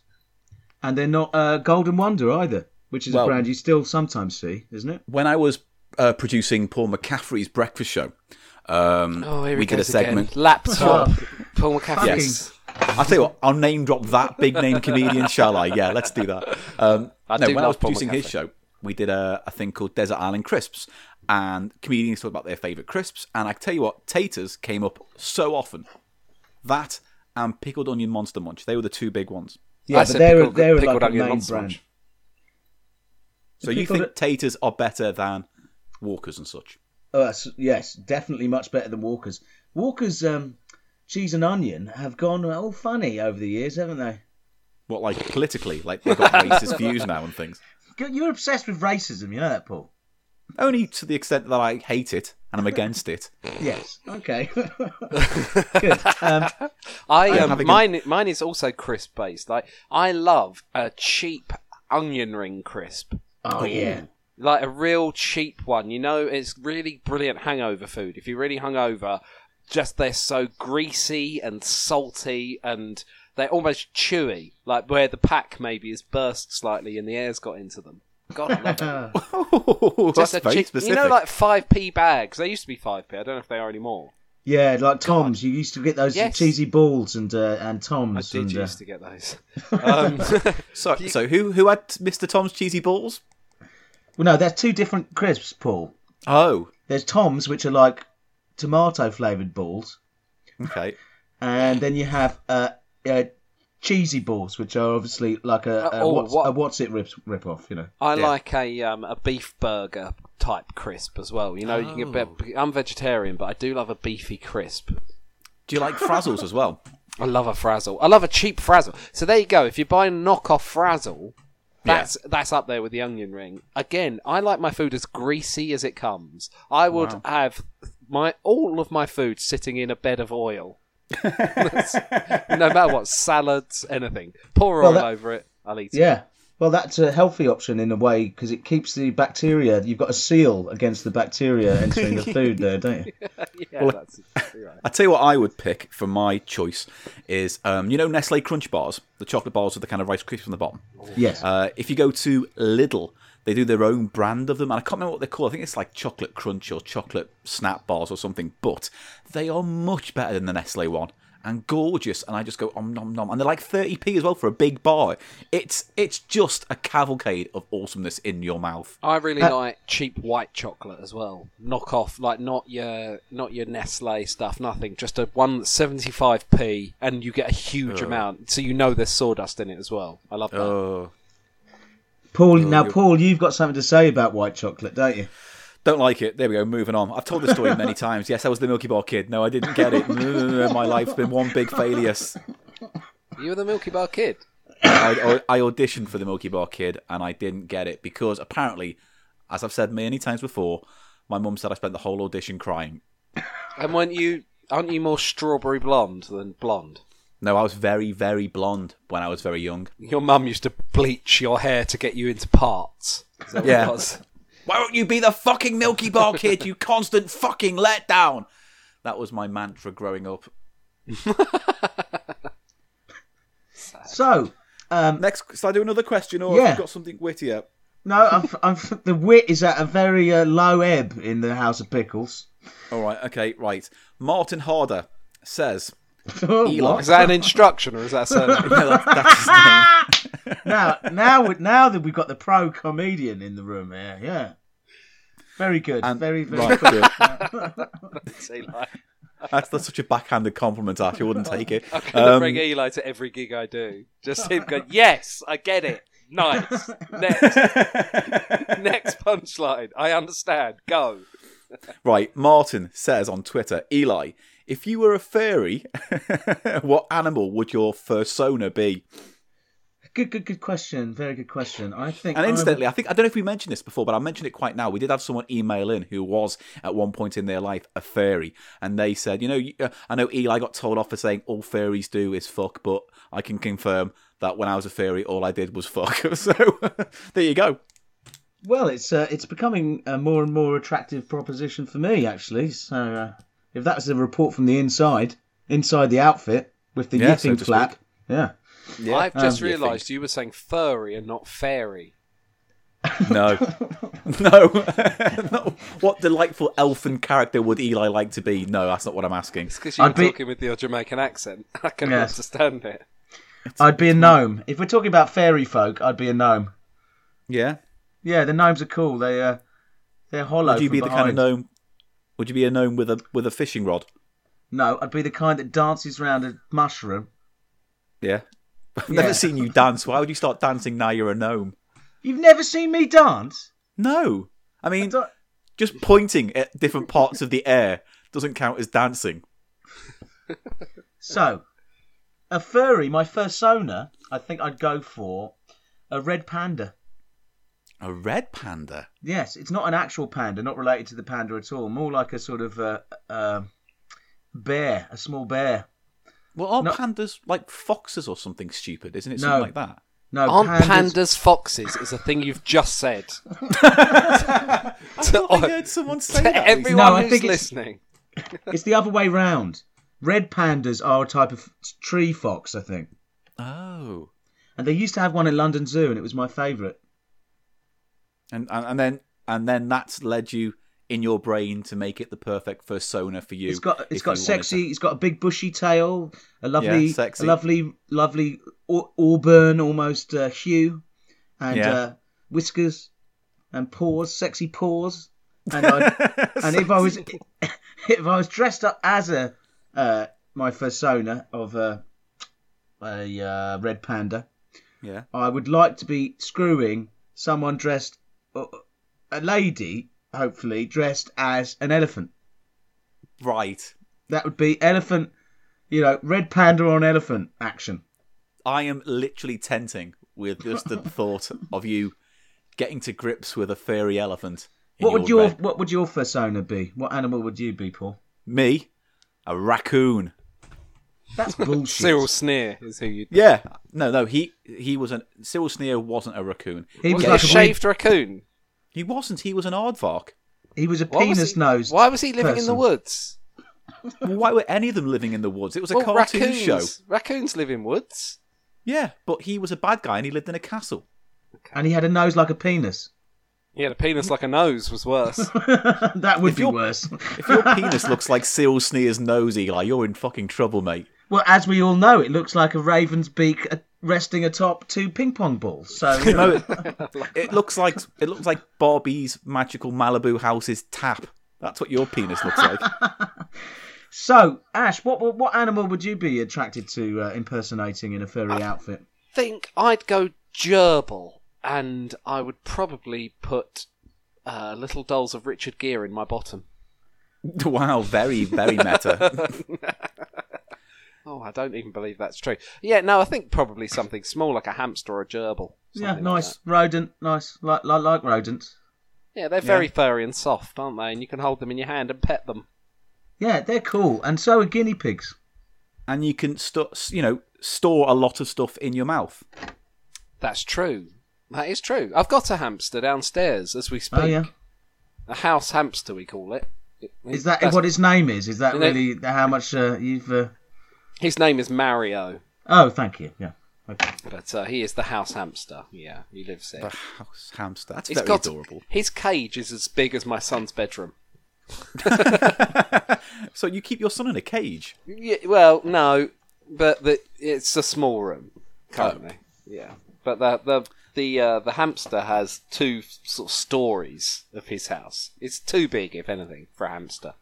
[SPEAKER 2] and they're not uh, Golden Wonder either, which is
[SPEAKER 1] Well-
[SPEAKER 2] a brand you still sometimes see, isn't it?
[SPEAKER 1] when I was uh, producing Paul McCaffrey's breakfast show, um,
[SPEAKER 3] oh, here
[SPEAKER 1] we
[SPEAKER 3] he
[SPEAKER 1] did a
[SPEAKER 3] goes
[SPEAKER 1] segment.
[SPEAKER 3] Again. Laptop. Paul McCaffrey's.
[SPEAKER 1] I'll tell you what, I'll name drop that big name comedian, shall I? Yeah, let's do that. Um,
[SPEAKER 3] I
[SPEAKER 1] no,
[SPEAKER 3] do
[SPEAKER 1] when I was
[SPEAKER 3] love Paul
[SPEAKER 1] producing his
[SPEAKER 3] McCaffrey.
[SPEAKER 1] show, we did a, a thing called Desert Island Crisps, and comedians talked about their favourite crisps. And I tell you what, taters came up so often. That and pickled onion monster munch, they were the two big ones.
[SPEAKER 2] Yeah,
[SPEAKER 3] I
[SPEAKER 2] but
[SPEAKER 3] said
[SPEAKER 2] they're
[SPEAKER 3] pickled-
[SPEAKER 2] they're
[SPEAKER 3] pickled
[SPEAKER 2] like a
[SPEAKER 3] onion
[SPEAKER 2] name
[SPEAKER 3] monster
[SPEAKER 2] brand.
[SPEAKER 3] munch.
[SPEAKER 1] So you
[SPEAKER 2] pickled
[SPEAKER 1] think taters are better than walkers and such?
[SPEAKER 2] Oh, that's- yes, definitely much better than Walkers. Walkers um, cheese and onion have gone all funny over the years, haven't they?
[SPEAKER 1] What, like politically? Like they've got racist views now and things.
[SPEAKER 2] You're obsessed with racism, you know that, Paul.
[SPEAKER 1] Only to the extent that I hate it and I'm against it.
[SPEAKER 2] Yes. Okay. Good. Um,
[SPEAKER 3] I
[SPEAKER 1] I'm
[SPEAKER 3] um,
[SPEAKER 1] having a-
[SPEAKER 3] mine mine is also crisp based. Like I love a cheap onion ring crisp.
[SPEAKER 2] oh yeah.
[SPEAKER 3] like a real cheap one. You know, it's really brilliant hangover food. If you're really hungover, just they're so greasy and salty and they're almost chewy, like where the pack maybe is burst slightly and the air's got into them. God, I love
[SPEAKER 1] That's
[SPEAKER 3] it. Just a
[SPEAKER 1] very
[SPEAKER 3] cheap-
[SPEAKER 1] specific.
[SPEAKER 3] You know, like five p bags. They used to be five p. I don't know if they are anymore.
[SPEAKER 2] yeah, like Tom's. You used to get those
[SPEAKER 3] Yes.
[SPEAKER 2] cheesy balls and uh, and
[SPEAKER 3] I
[SPEAKER 2] Tom's.
[SPEAKER 3] did
[SPEAKER 2] and, uh,
[SPEAKER 3] used to get those. Um,
[SPEAKER 1] so, so who who had Mr. Tom's cheesy balls?
[SPEAKER 2] Well, no, there's two different crisps, Paul.
[SPEAKER 1] Oh,
[SPEAKER 2] There's Tom's, which are like tomato flavored balls,
[SPEAKER 1] okay.
[SPEAKER 2] and then you have uh, uh, cheesy balls, which are obviously like a, a,
[SPEAKER 3] Oh,
[SPEAKER 2] what's,
[SPEAKER 3] what-
[SPEAKER 2] a what's it rip rip off, you know.
[SPEAKER 3] I
[SPEAKER 1] Yeah.
[SPEAKER 3] like a um, a beef burger type crisp as well. You know, you can get. be- I'm vegetarian, but I do love a beefy crisp.
[SPEAKER 1] Do you like frazzles as well?
[SPEAKER 3] I love a frazzle. I love a cheap frazzle. So there you go. If you buy a knockoff frazzle, that's that's up there with the onion ring. Again, I like my food as greasy as it comes. I would have my all of my food sitting in a bed of oil. That's- no matter what, salads, anything. Pour oil
[SPEAKER 2] that-
[SPEAKER 3] over it. I'll eat it.
[SPEAKER 2] Yeah. Well, that's a healthy option in a way because it keeps the bacteria. You've got a seal against the bacteria entering the food there, don't you?
[SPEAKER 3] Yeah, that's exactly right.
[SPEAKER 1] I tell you what, I would pick for my choice is um, you know Nestle Crunch bars, the chocolate bars with the kind of Rice Krispies on the bottom.
[SPEAKER 2] Yes.
[SPEAKER 1] Uh, if you go to Lidl, they do their own brand of them, and I can't remember what they're called. I think it's like chocolate crunch or chocolate snap bars or something, but they are much better than the Nestle one and gorgeous. And I just go om nom nom, and they're like 30p as well for a big bar. It's it's just a cavalcade of awesomeness in your mouth.
[SPEAKER 3] I really like cheap white chocolate as well. Knock off, like not your not your Nestle stuff, nothing. Just a one that's seventy five p, and you get a huge amount, so you know there's sawdust in it as well. I love that.
[SPEAKER 1] Oh,
[SPEAKER 2] Paul,
[SPEAKER 3] Oh,
[SPEAKER 2] now, Paul, you've got something to say about white chocolate, don't you?
[SPEAKER 1] don't like it. There we go. Moving on. I've told this story many times. Yes, I was the Milky Bar kid. No, I didn't get it. No, no, no, no. My life's been one big failure.
[SPEAKER 3] you were the Milky Bar kid.
[SPEAKER 1] I, I auditioned for the Milky Bar Kid and I didn't get it because apparently, as I've said many times before, my mum said I spent the whole audition crying.
[SPEAKER 3] And weren't you? Aren't you more strawberry blonde than blonde?
[SPEAKER 1] No, I was very, very blonde when I was very young.
[SPEAKER 3] Your mum used to bleach your hair to get you into parts. Is that what it
[SPEAKER 1] Yeah.
[SPEAKER 3] was?
[SPEAKER 1] Why won't you be the fucking Milky Bar Kid, you constant fucking letdown? That was my mantra growing up.
[SPEAKER 2] So, um,
[SPEAKER 1] Next, shall I do another question or
[SPEAKER 2] Yeah.
[SPEAKER 1] have you got something wittier?
[SPEAKER 2] no, I'm, I'm, the wit is at a very uh, low ebb in the House of Pickles.
[SPEAKER 1] All right, okay, right. Martin Harder says,
[SPEAKER 2] Oh,
[SPEAKER 3] Is that an instruction or is that a surname?
[SPEAKER 1] No, that- that's his name.
[SPEAKER 2] now, now, we- now that we've got the pro comedian in the room here, yeah. Very good. very, very
[SPEAKER 1] Right,
[SPEAKER 2] good.
[SPEAKER 1] good.
[SPEAKER 3] Say like-
[SPEAKER 1] That's, that's such a backhanded compliment, Ash. I wouldn't take it.
[SPEAKER 3] I'm gonna
[SPEAKER 1] Um,
[SPEAKER 3] bring Eli to every gig I do. Just him going, yes, I get it. Nice. Next, next punchline. I understand. Go.
[SPEAKER 1] Right, Martin says on Twitter, Eli, if you were a fairy, what animal would your fursona be?
[SPEAKER 2] Good, good, good question. Very good question. I think.
[SPEAKER 1] And
[SPEAKER 2] I would-
[SPEAKER 1] incidentally, I think I don't know if we mentioned this before, but I mentioned it quite now. We did have someone email in who was at one point in their life a fairy, and they said, you know, you- uh, I know Eli got told off for saying all fairies do is fuck, but I can confirm that when I was a fairy, all I did was fuck. so there you go.
[SPEAKER 2] Well, it's uh, it's becoming a more and more attractive proposition for me, actually. So, uh, if that's a report from the inside, inside the outfit with the
[SPEAKER 1] Yeah, so
[SPEAKER 2] yipping
[SPEAKER 1] to
[SPEAKER 2] flap,
[SPEAKER 1] speak.
[SPEAKER 2] yeah.
[SPEAKER 3] I've just
[SPEAKER 1] you
[SPEAKER 3] realised you were saying furry and not fairy.
[SPEAKER 1] No, no, No. What delightful elfin character would Eli like to be? No, that's not what I'm asking.
[SPEAKER 3] It's because you were
[SPEAKER 2] I'd be-
[SPEAKER 3] talking with your Jamaican accent. I can
[SPEAKER 2] Yes.
[SPEAKER 3] understand it.
[SPEAKER 2] I'd be a gnome. If we're talking about fairy folk, I'd be a gnome.
[SPEAKER 1] Yeah.
[SPEAKER 2] Yeah, the gnomes are cool. They uh, they're hollow.
[SPEAKER 1] Would you
[SPEAKER 2] from
[SPEAKER 1] be the kind of
[SPEAKER 2] behind.
[SPEAKER 1] gnome? Would you be a gnome with a with a fishing rod?
[SPEAKER 2] No, I'd be the kind that dances round a mushroom.
[SPEAKER 1] Yeah. I've
[SPEAKER 2] Yeah.
[SPEAKER 1] never seen you dance. Why would you start dancing now you're a gnome?
[SPEAKER 2] You've never seen me dance.
[SPEAKER 1] No. I mean,
[SPEAKER 2] Don't-
[SPEAKER 1] just pointing at different parts of the air doesn't count as dancing.
[SPEAKER 2] So, a furry, my fursona, I think I'd go for a red panda.
[SPEAKER 1] A red panda.
[SPEAKER 2] Yes, it's not an actual panda, not related to the panda at all. More like a sort of uh, uh, bear, a small bear.
[SPEAKER 1] Well, aren't
[SPEAKER 2] No.
[SPEAKER 1] pandas like foxes or something stupid? Isn't it
[SPEAKER 2] No.
[SPEAKER 1] something like that?
[SPEAKER 2] No,
[SPEAKER 3] Aren't
[SPEAKER 2] Uh, pandas.
[SPEAKER 3] pandas foxes is a thing you've just said.
[SPEAKER 1] I thought I heard someone say
[SPEAKER 3] To
[SPEAKER 1] that.
[SPEAKER 3] everyone
[SPEAKER 2] No, I
[SPEAKER 3] who's
[SPEAKER 2] think it's-
[SPEAKER 3] listening.
[SPEAKER 2] it's the other way round. Red pandas are a type of tree fox, I think.
[SPEAKER 1] Oh.
[SPEAKER 2] And they used to have one in London Zoo, and it was my favourite.
[SPEAKER 1] And, and and then and then that's led you in your brain to make it the perfect persona for you.
[SPEAKER 2] It's got it's
[SPEAKER 1] if
[SPEAKER 2] got
[SPEAKER 1] you wanted
[SPEAKER 2] sexy.
[SPEAKER 1] to-
[SPEAKER 2] It's got a big bushy tail, a lovely,
[SPEAKER 1] Yeah, sexy.
[SPEAKER 2] a lovely, lovely au- auburn almost uh, hue, and
[SPEAKER 1] Yeah.
[SPEAKER 2] uh, whiskers, and paws, sexy paws. And, I, and if I was if I was dressed up as a uh, my persona of a, a uh, red panda,
[SPEAKER 1] yeah.
[SPEAKER 2] I would like to be screwing someone dressed, uh, a lady hopefully dressed as an elephant.
[SPEAKER 1] Right.
[SPEAKER 2] That would be elephant, you know, red panda on elephant action.
[SPEAKER 1] I am literally tenting with just the thought of you getting to grips with a furry elephant. in
[SPEAKER 2] what would your
[SPEAKER 1] bed.
[SPEAKER 2] what would your persona be? What animal would you be, Paul?
[SPEAKER 1] me a raccoon?
[SPEAKER 2] That's bullshit.
[SPEAKER 3] Cyril Sneer is who you.
[SPEAKER 1] Yeah. No, no. He he was an Cyril Sneer wasn't a raccoon.
[SPEAKER 2] He was
[SPEAKER 1] Yeah,
[SPEAKER 3] Was it
[SPEAKER 2] like
[SPEAKER 3] a
[SPEAKER 2] a weird-
[SPEAKER 3] shaved raccoon?
[SPEAKER 1] He wasn't. He was an aardvark.
[SPEAKER 2] he was a
[SPEAKER 3] Why was
[SPEAKER 2] penis
[SPEAKER 3] he-
[SPEAKER 2] nose.
[SPEAKER 3] Why was he living in the
[SPEAKER 2] person.
[SPEAKER 3] woods?
[SPEAKER 1] Well, Why were any of them living in the woods? It was a
[SPEAKER 3] Well,
[SPEAKER 1] cartoon
[SPEAKER 3] raccoons,
[SPEAKER 1] show.
[SPEAKER 3] raccoons live in woods.
[SPEAKER 1] Yeah, but he was a bad guy and he lived in a castle.
[SPEAKER 2] And he had a nose like a penis.
[SPEAKER 3] Yeah, the penis like a nose was worse.
[SPEAKER 2] that would
[SPEAKER 1] If
[SPEAKER 2] be
[SPEAKER 1] you're-
[SPEAKER 2] worse.
[SPEAKER 1] If your penis looks like Cyril Sneer's nose, Eli, you're in fucking trouble, mate.
[SPEAKER 2] well, as we all know, it looks like a raven's beak uh, resting atop two ping pong balls. So you know,
[SPEAKER 1] No, it, it looks like it looks like Barbie's magical Malibu house's tap. That's what your penis looks like.
[SPEAKER 2] so Ash, what what- what animal would you be attracted to uh, impersonating in a furry outfit?
[SPEAKER 3] think I'd go gerbil, and I would probably put uh, little dolls of Richard Gere in my bottom.
[SPEAKER 1] wow, very very meta.
[SPEAKER 3] Oh, I don't even believe that's true. Yeah, no, I think probably something small like a hamster or a gerbil.
[SPEAKER 2] Yeah,
[SPEAKER 3] something like
[SPEAKER 2] nice
[SPEAKER 3] that.
[SPEAKER 2] rodent, nice like like, like rodents.
[SPEAKER 3] yeah, they're very furry and soft, aren't they? And you can hold them in your hand and pet them.
[SPEAKER 2] Yeah, they're cool, and so are guinea pigs.
[SPEAKER 1] and you can stu- you know store a lot of stuff in your mouth.
[SPEAKER 3] That's true. That is true. I've got a hamster downstairs as we speak.
[SPEAKER 2] Oh yeah,
[SPEAKER 3] A house hamster, we call it. It-
[SPEAKER 2] is that
[SPEAKER 3] that's-
[SPEAKER 2] what its name is? Is that
[SPEAKER 3] You know-
[SPEAKER 2] really how much uh, you've? Uh...
[SPEAKER 3] His name is Mario,
[SPEAKER 2] Oh, thank you. Yeah. Okay.
[SPEAKER 3] but uh, he is the house hamster. Yeah, he lives there.
[SPEAKER 1] A house hamster. That's
[SPEAKER 3] He's
[SPEAKER 1] very
[SPEAKER 3] got-
[SPEAKER 1] adorable.
[SPEAKER 3] His cage is as big as my son's bedroom.
[SPEAKER 1] So you keep your son in a cage.
[SPEAKER 3] Yeah, well, no, but the, it's a small room currently. Yeah, but the the the uh, the hamster has two sort of stories of his house. It's too big, if anything, for a hamster.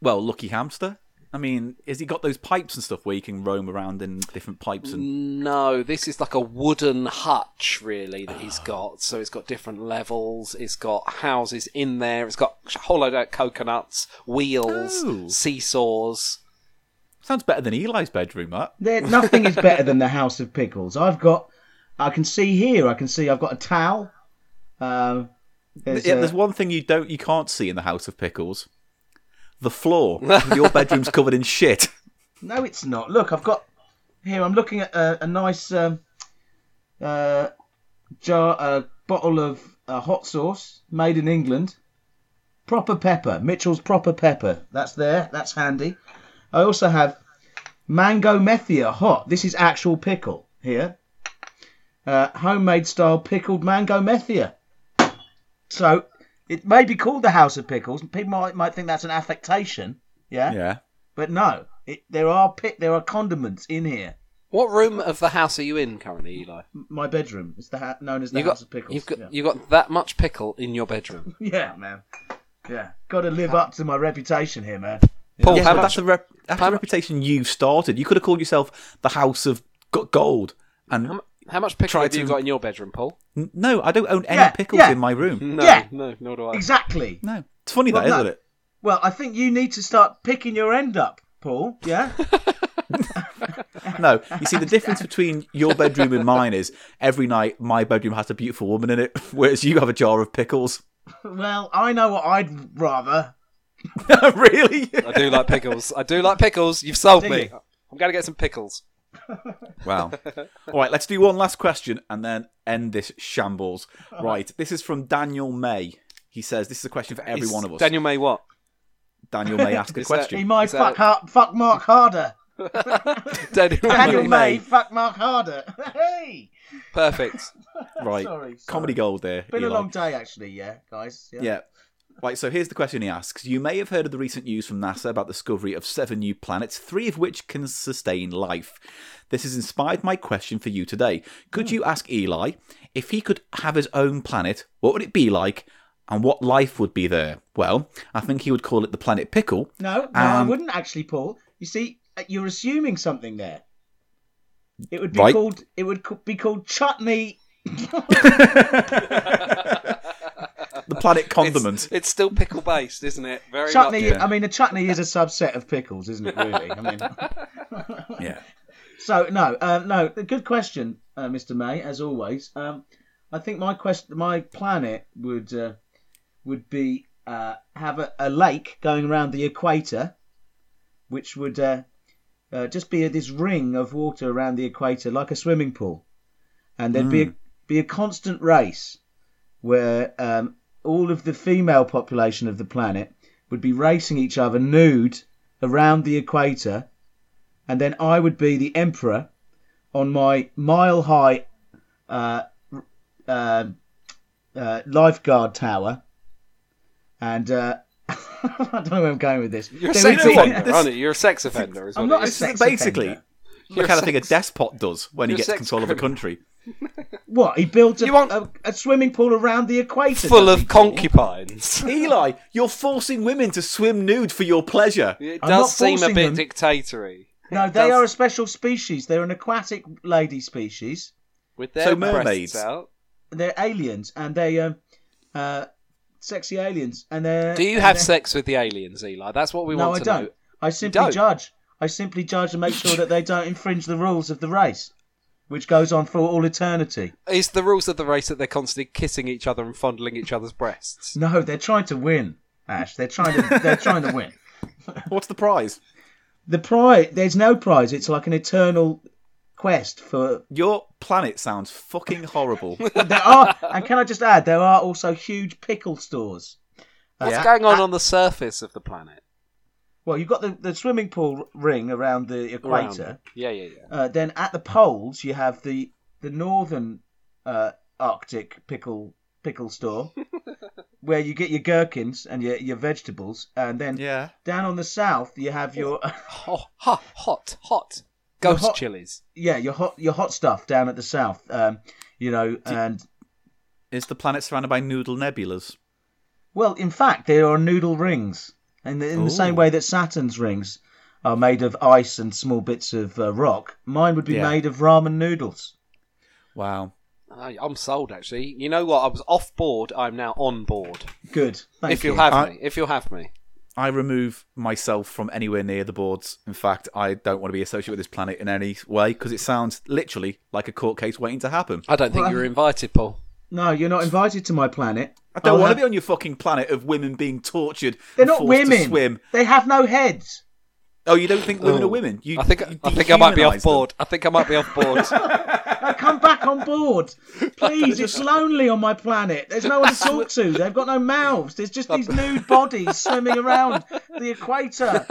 [SPEAKER 1] Well, lucky hamster. I mean, has he got those pipes and stuff where you can roam around in different pipes and
[SPEAKER 3] No, this is like a wooden hutch, really, that he's got. So it's got different levels. It's got houses in there. It's got hollowed out coconuts, wheels,
[SPEAKER 1] Oh.
[SPEAKER 3] seesaws.
[SPEAKER 1] Sounds better than Eli's bedroom, that.
[SPEAKER 2] There, nothing is better than the House of Pickles. I've got. I can see here. I can see. I've got a towel. Um, there's,
[SPEAKER 1] yeah,
[SPEAKER 2] uh,
[SPEAKER 1] there's one thing you don't, you can't see in the House of Pickles: the floor. Your bedroom's covered in shit.
[SPEAKER 2] No, it's not. Look, I've got here. I'm looking at a, a nice um, uh, jar, a bottle of uh, hot sauce made in England. Proper pepper, Mitchell's proper pepper. That's there. That's handy. I also have mango methia hot. This is actual pickle here. Uh, homemade style pickled mango methia. So it may be called the House of Pickles. People might might think that's an affectation.
[SPEAKER 1] Yeah.
[SPEAKER 2] But no, it, there are pit, there are condiments in here.
[SPEAKER 3] What room of the house are you in currently, Eli?
[SPEAKER 2] M- My bedroom is the ha- known as the
[SPEAKER 3] You
[SPEAKER 2] house
[SPEAKER 3] got,
[SPEAKER 2] of pickles.
[SPEAKER 3] you've got
[SPEAKER 2] yeah.
[SPEAKER 3] you got that much pickle in your bedroom.
[SPEAKER 2] Yeah, man. Yeah, got to live up to my reputation here, man.
[SPEAKER 3] Paul,
[SPEAKER 1] yeah,
[SPEAKER 3] how
[SPEAKER 1] but
[SPEAKER 3] much?
[SPEAKER 1] that's a rep- that's
[SPEAKER 3] how
[SPEAKER 1] a
[SPEAKER 3] mu-
[SPEAKER 1] reputation you've started. You could have called yourself the House of G- Gold. And
[SPEAKER 3] How, mu- how much pickle
[SPEAKER 1] Try
[SPEAKER 3] have you
[SPEAKER 1] to-
[SPEAKER 3] got in your bedroom, Paul?
[SPEAKER 1] n- no, I don't own any
[SPEAKER 2] Yeah,
[SPEAKER 1] pickles
[SPEAKER 2] yeah.
[SPEAKER 1] in my room.
[SPEAKER 3] No,
[SPEAKER 2] Yeah.
[SPEAKER 3] no, nor do I.
[SPEAKER 2] Exactly.
[SPEAKER 1] No, it's funny
[SPEAKER 2] Well,
[SPEAKER 1] that,
[SPEAKER 2] no.
[SPEAKER 1] not it?
[SPEAKER 2] Well, I think you need to start picking your end up, Paul. Yeah.
[SPEAKER 1] No, you see the difference between your bedroom and mine is every night my bedroom has a beautiful woman in it, whereas you have a jar of pickles.
[SPEAKER 2] well, I know what I'd rather.
[SPEAKER 1] really?
[SPEAKER 3] I do like pickles. I do like pickles. You've sold
[SPEAKER 2] Do
[SPEAKER 3] me.
[SPEAKER 2] you?
[SPEAKER 3] I'm going to get some pickles.
[SPEAKER 1] Wow. All right, let's do one last question and then end this shambles. Right, this is from Daniel May. He says this is a question for every
[SPEAKER 3] Is
[SPEAKER 1] one of us.
[SPEAKER 3] Daniel May what?
[SPEAKER 1] Daniel may ask a
[SPEAKER 3] that-
[SPEAKER 2] He
[SPEAKER 1] question.
[SPEAKER 2] might
[SPEAKER 3] So-
[SPEAKER 2] fuck, Har- fuck Mark harder.
[SPEAKER 3] Daniel
[SPEAKER 2] Daniel May,
[SPEAKER 3] May.
[SPEAKER 1] May.
[SPEAKER 2] fuck Mark harder. Hey,
[SPEAKER 3] Perfect.
[SPEAKER 1] Right.
[SPEAKER 2] Sorry, sorry.
[SPEAKER 1] Comedy gold there.
[SPEAKER 2] been a
[SPEAKER 1] Eli.
[SPEAKER 2] long day actually. Yeah, guys. Yeah.
[SPEAKER 1] Yeah. Right, so here's the question he asks. You may have heard of the recent news from NASA about the discovery of seven new planets, three of which can sustain life. This has inspired my question for you today. Could you ask Eli if he could have his own planet, what would it be like, and what life would be there? Well, I think he would call it the planet Pickle.
[SPEAKER 2] No, no, I
[SPEAKER 1] Um,
[SPEAKER 2] wouldn't actually, Paul. You see, uh, you're assuming something there. It would be
[SPEAKER 1] Right.
[SPEAKER 2] called. It would co- be called chutney.
[SPEAKER 1] The planet Condiment.
[SPEAKER 3] It's, it's still pickle based, isn't it? Very
[SPEAKER 2] chutney.
[SPEAKER 3] much.
[SPEAKER 1] yeah.
[SPEAKER 2] I mean, a chutney is a subset of pickles, isn't it? Really. I mean.
[SPEAKER 1] yeah.
[SPEAKER 2] So no, uh, no. Good question, uh, Mr. May. As always, um, I think my question, my planet would uh, would be uh, have a, a lake going around the equator, which would uh, uh, just be this ring of water around the equator, like a swimming pool, and there'd be a, be a constant race where um, all of the female population of the planet would be racing each other nude around the equator and then I would be the emperor on my mile high uh, uh, uh, lifeguard tower. And uh, I don't know where I'm going with this.
[SPEAKER 3] You're a
[SPEAKER 2] There
[SPEAKER 3] sex
[SPEAKER 2] would be-
[SPEAKER 3] offender,
[SPEAKER 1] this-
[SPEAKER 3] aren't you? You're a sex offender. Is
[SPEAKER 2] I'm not
[SPEAKER 3] what it
[SPEAKER 2] a
[SPEAKER 3] is.
[SPEAKER 2] sex
[SPEAKER 1] Basically,
[SPEAKER 2] offender.
[SPEAKER 1] the kind of thing a despot does when he
[SPEAKER 3] You're a
[SPEAKER 1] gets
[SPEAKER 3] sex
[SPEAKER 1] control of a country.
[SPEAKER 2] What? He builds a,
[SPEAKER 3] You want-
[SPEAKER 2] a, a swimming pool around the equator.
[SPEAKER 3] full
[SPEAKER 2] doesn't
[SPEAKER 3] of
[SPEAKER 2] he, Paul?
[SPEAKER 3] concubines.
[SPEAKER 1] Eli, you're forcing women to swim nude for your pleasure.
[SPEAKER 3] It
[SPEAKER 2] I'm not
[SPEAKER 3] does seem a
[SPEAKER 2] forcing
[SPEAKER 3] bit
[SPEAKER 2] them.
[SPEAKER 3] dictatory.
[SPEAKER 2] No, they
[SPEAKER 3] does-
[SPEAKER 2] are a special species. They're an aquatic lady species.
[SPEAKER 3] With their
[SPEAKER 1] So
[SPEAKER 3] breasts
[SPEAKER 1] mermaids.
[SPEAKER 3] out.
[SPEAKER 2] They're aliens, and they um, uh, sexy aliens. And they're
[SPEAKER 3] Do you
[SPEAKER 2] and
[SPEAKER 3] have
[SPEAKER 2] they're-
[SPEAKER 3] sex with the aliens, Eli? That's what we
[SPEAKER 2] No, I
[SPEAKER 3] want to
[SPEAKER 2] don't.
[SPEAKER 3] know.
[SPEAKER 2] I simply
[SPEAKER 3] don't?
[SPEAKER 2] judge. I simply judge and make sure that they don't infringe the rules of the race, which goes on for all eternity.
[SPEAKER 3] Is the rules of the race that they're constantly kissing each other and fondling each other's breasts?
[SPEAKER 2] No, they're trying to win, Ash. They're trying to. they're trying to win.
[SPEAKER 1] What's the prize?
[SPEAKER 2] The prize. There's no prize. It's like an eternal quest for.
[SPEAKER 1] Your planet sounds fucking horrible.
[SPEAKER 2] There are, and can I just add, there are also huge pickle stores.
[SPEAKER 3] What's
[SPEAKER 1] Yeah.
[SPEAKER 3] going
[SPEAKER 2] Ah.
[SPEAKER 3] on on the surface of the planet?
[SPEAKER 2] Well, you've got the, the swimming pool ring around the
[SPEAKER 3] Around-
[SPEAKER 2] equator.
[SPEAKER 3] Yeah, yeah, yeah.
[SPEAKER 2] Uh, then at the poles, you have the the northern uh, Arctic pickle pickle store, where you get your gherkins and your your vegetables, and then
[SPEAKER 1] yeah.
[SPEAKER 2] down on the south, you have your
[SPEAKER 3] Oh, hot, hot, hot. Ghost
[SPEAKER 2] hot-
[SPEAKER 3] chilies.
[SPEAKER 2] yeah your hot your hot stuff down at the south. Um, you know, and
[SPEAKER 1] Is the planet surrounded by noodle nebulas?
[SPEAKER 2] well, in fact, there are noodle rings, and in the same
[SPEAKER 1] Ooh.
[SPEAKER 2] way that Saturn's rings are made of ice and small bits of uh, rock, mine would be
[SPEAKER 1] Yeah.
[SPEAKER 2] made of ramen noodles.
[SPEAKER 1] Wow.
[SPEAKER 3] I- I'm sold, actually. You know what? I was off board. I'm now on board.
[SPEAKER 2] Good. Thank
[SPEAKER 3] if you'll have
[SPEAKER 1] I-
[SPEAKER 3] me. If you'll have me.
[SPEAKER 1] I remove myself from anywhere near the boards. In fact, I don't want to be associated with this planet in any way because it sounds literally like a court case waiting to happen.
[SPEAKER 3] I don't think
[SPEAKER 2] Well,
[SPEAKER 3] you're invited, Paul.
[SPEAKER 2] no, you're not invited to my planet.
[SPEAKER 1] I don't
[SPEAKER 2] I'll
[SPEAKER 1] want
[SPEAKER 2] have-
[SPEAKER 1] to be on your fucking planet of women being tortured.
[SPEAKER 2] Oh, They're
[SPEAKER 1] and
[SPEAKER 2] not
[SPEAKER 1] forced to
[SPEAKER 2] women.
[SPEAKER 1] swim.
[SPEAKER 2] They have no heads.
[SPEAKER 1] Oh, you don't think women
[SPEAKER 3] Oh.
[SPEAKER 1] are women? You,
[SPEAKER 3] I think
[SPEAKER 1] you
[SPEAKER 3] I think I might be
[SPEAKER 1] dehumanise
[SPEAKER 3] off
[SPEAKER 1] them.
[SPEAKER 3] board. I think I might be off board.
[SPEAKER 2] Now come back on board, please. It's lonely on my planet. There's no one to talk to. They've got no mouths. There's just these nude bodies swimming around the equator.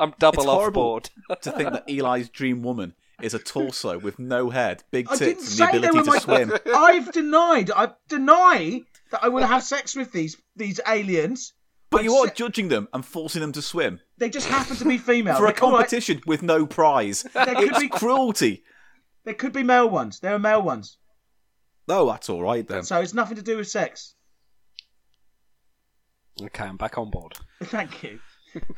[SPEAKER 3] I'm double
[SPEAKER 1] It's
[SPEAKER 3] off
[SPEAKER 1] horrible.
[SPEAKER 3] board.
[SPEAKER 1] to think that Eli's dream woman is a torso with no head, big
[SPEAKER 2] I didn't
[SPEAKER 1] tits, and the
[SPEAKER 2] say they
[SPEAKER 1] ability
[SPEAKER 2] were
[SPEAKER 1] to
[SPEAKER 2] my.
[SPEAKER 1] swim.
[SPEAKER 2] I've denied. I deny that I would have sex with these these aliens.
[SPEAKER 1] But you are judging them and forcing them to swim
[SPEAKER 2] They just happen to be female.
[SPEAKER 1] for a
[SPEAKER 2] They- all right,
[SPEAKER 1] competition with no prize.
[SPEAKER 2] There could
[SPEAKER 1] It's
[SPEAKER 2] be-
[SPEAKER 1] cruelty.
[SPEAKER 2] There could be male ones. There are male ones.
[SPEAKER 1] Oh, that's all right then.
[SPEAKER 2] So it's nothing to do with sex.
[SPEAKER 3] Okay, I'm back on board.
[SPEAKER 2] Thank you.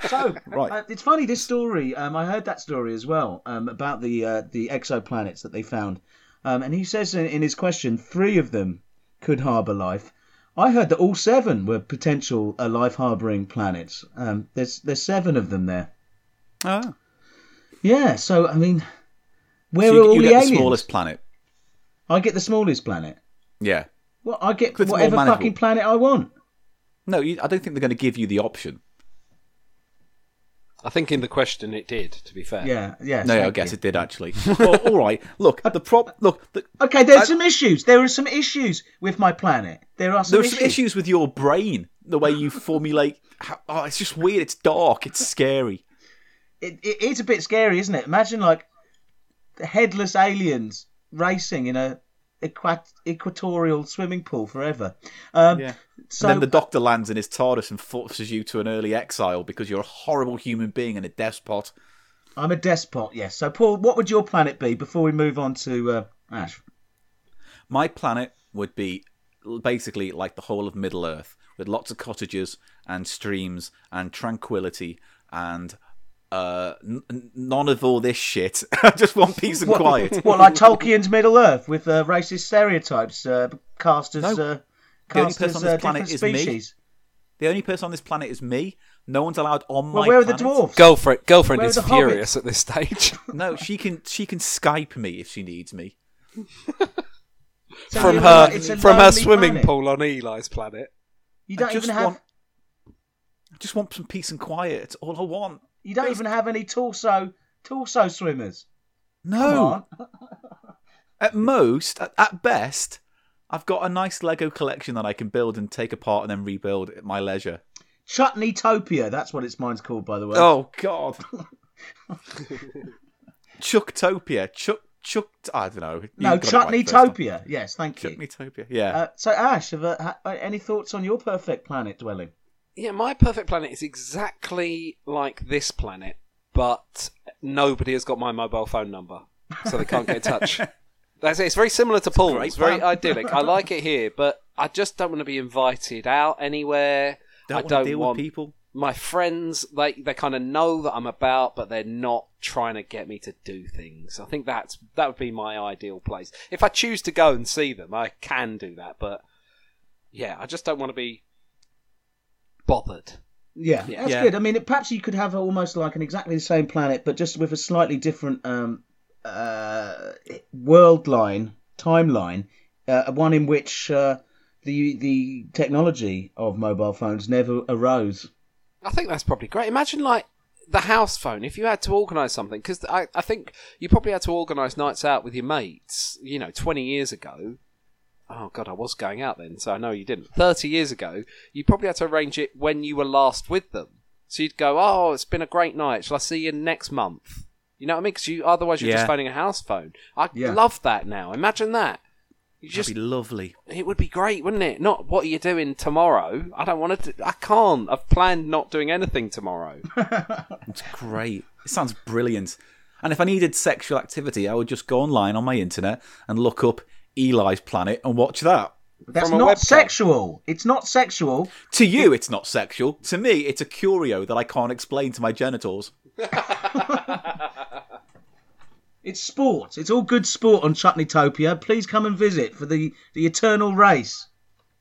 [SPEAKER 2] So
[SPEAKER 1] Right.
[SPEAKER 2] uh, it's funny this story. Um, I heard that story as well um, about the uh, the exoplanets that they found, um, and he says in, in his question three of them could harbour life. I heard that all seven were potential uh, life harbouring planets. Um, there's there's seven of them there.
[SPEAKER 1] Ah.
[SPEAKER 2] Yeah. So I mean, where
[SPEAKER 1] So
[SPEAKER 2] are
[SPEAKER 1] you,
[SPEAKER 2] all
[SPEAKER 1] you
[SPEAKER 2] the
[SPEAKER 1] get
[SPEAKER 2] aliens?
[SPEAKER 1] the smallest planet.
[SPEAKER 2] I get the smallest planet.
[SPEAKER 1] Yeah.
[SPEAKER 2] Well, I get
[SPEAKER 1] Because it's more
[SPEAKER 2] whatever
[SPEAKER 1] manageable.
[SPEAKER 2] fucking planet I want.
[SPEAKER 1] No, you, I don't think they're going to give you the option.
[SPEAKER 3] I think in the question it did. To be fair,
[SPEAKER 2] Yeah, yeah.
[SPEAKER 1] No, yeah, I
[SPEAKER 2] thank
[SPEAKER 1] guess
[SPEAKER 2] you.
[SPEAKER 1] it did actually. well, all right. Look, the prop. Look, the,
[SPEAKER 2] Okay, there's some issues. There are some issues with my planet. There are some,
[SPEAKER 1] there are
[SPEAKER 2] issues.
[SPEAKER 1] some issues with your brain. The way you formulate. How, oh, it's just weird. It's dark. It's scary.
[SPEAKER 2] It, it is a bit scary, isn't it? Imagine like headless aliens racing in a equa- equatorial swimming pool forever. Um,
[SPEAKER 1] Yeah.
[SPEAKER 2] So
[SPEAKER 1] and then the doctor lands in his TARDIS and forces you to an early exile because you're a horrible human being and a despot.
[SPEAKER 2] I'm a despot. Yes. So Paul, what would your planet be before we move on to uh, Ash?
[SPEAKER 1] My planet would be basically like the whole of Middle Earth, with lots of cottages and streams and tranquility and uh, n- n- none of all this shit. Just one peace and quiet.
[SPEAKER 2] What like Tolkien's Middle Earth with uh, racist stereotypes uh, cast as
[SPEAKER 1] No.
[SPEAKER 2] uh,
[SPEAKER 1] The only
[SPEAKER 2] cast
[SPEAKER 1] person
[SPEAKER 2] as
[SPEAKER 1] on this
[SPEAKER 2] uh,
[SPEAKER 1] planet
[SPEAKER 2] different
[SPEAKER 1] is me.
[SPEAKER 2] species.
[SPEAKER 1] The only person on this planet is me. No one's allowed on
[SPEAKER 2] Well,
[SPEAKER 1] my.
[SPEAKER 2] where are the
[SPEAKER 1] planet.
[SPEAKER 2] dwarfs?
[SPEAKER 3] girlfriend girlfriend
[SPEAKER 2] Where
[SPEAKER 3] is
[SPEAKER 2] are the hobbits?
[SPEAKER 3] furious at this stage
[SPEAKER 1] No, she can she can Skype me if she needs me.
[SPEAKER 2] So
[SPEAKER 3] from
[SPEAKER 2] you're
[SPEAKER 3] her
[SPEAKER 2] like, it's a
[SPEAKER 3] from her
[SPEAKER 2] lonely
[SPEAKER 3] swimming
[SPEAKER 2] planet.
[SPEAKER 3] pool on Eli's planet.
[SPEAKER 2] You don't
[SPEAKER 1] I
[SPEAKER 2] even
[SPEAKER 1] just
[SPEAKER 2] have
[SPEAKER 1] want. I just want some peace and quiet. It's all I want.
[SPEAKER 2] you don't even have any torso torso swimmers. Come
[SPEAKER 1] No,
[SPEAKER 2] on.
[SPEAKER 1] At most, at, at best, I've got a nice Lego collection that I can build and take apart and then rebuild at my leisure.
[SPEAKER 2] Chutney Topia, that's what its mine's called, by the way.
[SPEAKER 1] Oh God, Chucktopia, Chuck, Chuck. I don't know. You got
[SPEAKER 2] no,
[SPEAKER 1] it right
[SPEAKER 2] Chutney
[SPEAKER 1] first time.
[SPEAKER 2] Topia. Yes, thank you.
[SPEAKER 1] Chucktopia. Yeah.
[SPEAKER 2] Uh, so, Ash, have, uh, ha- any thoughts on your perfect planet dwelling?
[SPEAKER 3] Yeah, my perfect planet is exactly like this planet, but nobody has got my mobile phone number, so they can't get in touch. That's it. It's very similar to Paul's. It's very
[SPEAKER 1] plan.
[SPEAKER 3] idyllic. I like it here, but I just don't want to be invited out anywhere.
[SPEAKER 1] don't
[SPEAKER 3] I
[SPEAKER 1] wanna
[SPEAKER 3] don't
[SPEAKER 1] deal
[SPEAKER 3] want
[SPEAKER 1] with people.
[SPEAKER 3] my friends. They they kind of know that I'm about, but they're not trying to get me to do things. I think that's that would be my ideal place. If I choose to go and see them, I can do that. But yeah, I just don't want to be bothered.
[SPEAKER 2] Yeah,
[SPEAKER 3] Yeah.
[SPEAKER 2] that's
[SPEAKER 1] Yeah.
[SPEAKER 2] good. I mean, it- perhaps you could have almost like an exactly the same planet, but just with a slightly different um, uh, world line, timeline, uh, one in which uh, the the technology of mobile phones never arose.
[SPEAKER 3] I think that's probably great. Imagine like the house phone if you had to organise something because I, I think you probably had to organise nights out with your mates. You know, twenty years ago. Oh god, I was going out then, so I know you didn't. Thirty years ago, you probably had to arrange it when you were last with them. So you'd go, "Oh, it's been a great night. Shall I see you next month?" You know what I mean? Because you otherwise you're
[SPEAKER 1] Yeah.
[SPEAKER 3] just phoning a house phone. I
[SPEAKER 2] Yeah.
[SPEAKER 3] love that now. Imagine that. You just
[SPEAKER 1] That'd be lovely.
[SPEAKER 3] it would be great, wouldn't it? Not what are you doing tomorrow? I don't want to. Do, I can't. I've planned not doing anything tomorrow.
[SPEAKER 1] It's great. It sounds brilliant. And if I needed sexual activity, I would just go online on my internet and look up Eli's planet and watch that.
[SPEAKER 2] That's
[SPEAKER 3] From a
[SPEAKER 2] not
[SPEAKER 3] website.
[SPEAKER 2] sexual. It's not sexual.
[SPEAKER 1] To you, it's not sexual. To me, it's a curio that I can't explain to my genitals.
[SPEAKER 2] It's sport. It's all good sport on Chutneytopia. Please come and visit for the, the eternal race.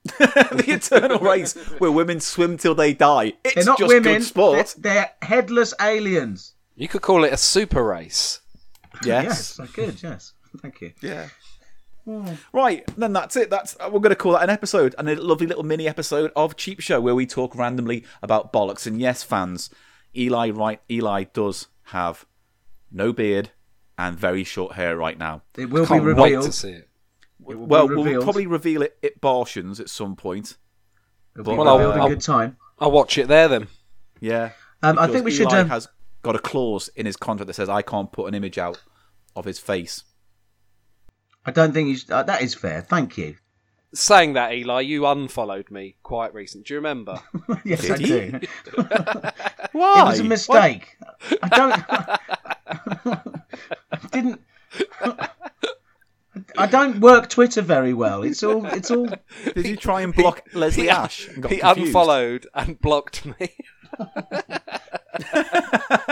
[SPEAKER 1] the eternal race where women swim till they die. It's
[SPEAKER 2] They're not
[SPEAKER 1] just
[SPEAKER 2] women.
[SPEAKER 1] good sport.
[SPEAKER 2] They're, they're headless aliens.
[SPEAKER 3] You could call it a super race.
[SPEAKER 1] Yes.
[SPEAKER 2] Yes, I could. Yes, thank you.
[SPEAKER 1] Right, then that's it. That's uh, we're going to call that an episode and a lovely little mini episode of Cheap Show where we talk randomly about bollocks and yes fans. Eli right Eli does have no beard and very short hair right now.
[SPEAKER 2] It will be
[SPEAKER 3] Can't wait to
[SPEAKER 2] revealed.
[SPEAKER 3] see it.
[SPEAKER 2] It will
[SPEAKER 1] well,
[SPEAKER 2] be
[SPEAKER 1] we'll
[SPEAKER 2] revealed.
[SPEAKER 1] probably reveal it at Bartians at some point.
[SPEAKER 2] It'll be
[SPEAKER 1] Well,
[SPEAKER 3] I'll-
[SPEAKER 2] revealed in
[SPEAKER 3] I'll-
[SPEAKER 2] good time.
[SPEAKER 3] I'll watch it there then.
[SPEAKER 1] Yeah.
[SPEAKER 2] Um, I
[SPEAKER 1] because
[SPEAKER 2] think we should.
[SPEAKER 1] Eli
[SPEAKER 2] Um,
[SPEAKER 1] has got a clause in his contract that says I can't put an image out of his face.
[SPEAKER 2] I don't think you should, uh, that is fair. Thank you.
[SPEAKER 3] Saying that, Eli, you unfollowed me quite recent. Do you remember?
[SPEAKER 2] yes, I
[SPEAKER 1] Did
[SPEAKER 2] do.
[SPEAKER 1] you?
[SPEAKER 2] It
[SPEAKER 1] Why?
[SPEAKER 2] was a mistake. I don't. I didn't. I don't work Twitter very well. It's all. It's all.
[SPEAKER 1] Did you try and block Leslie
[SPEAKER 3] he un-
[SPEAKER 1] Ash? And got
[SPEAKER 3] he
[SPEAKER 1] confused?
[SPEAKER 3] unfollowed and blocked me.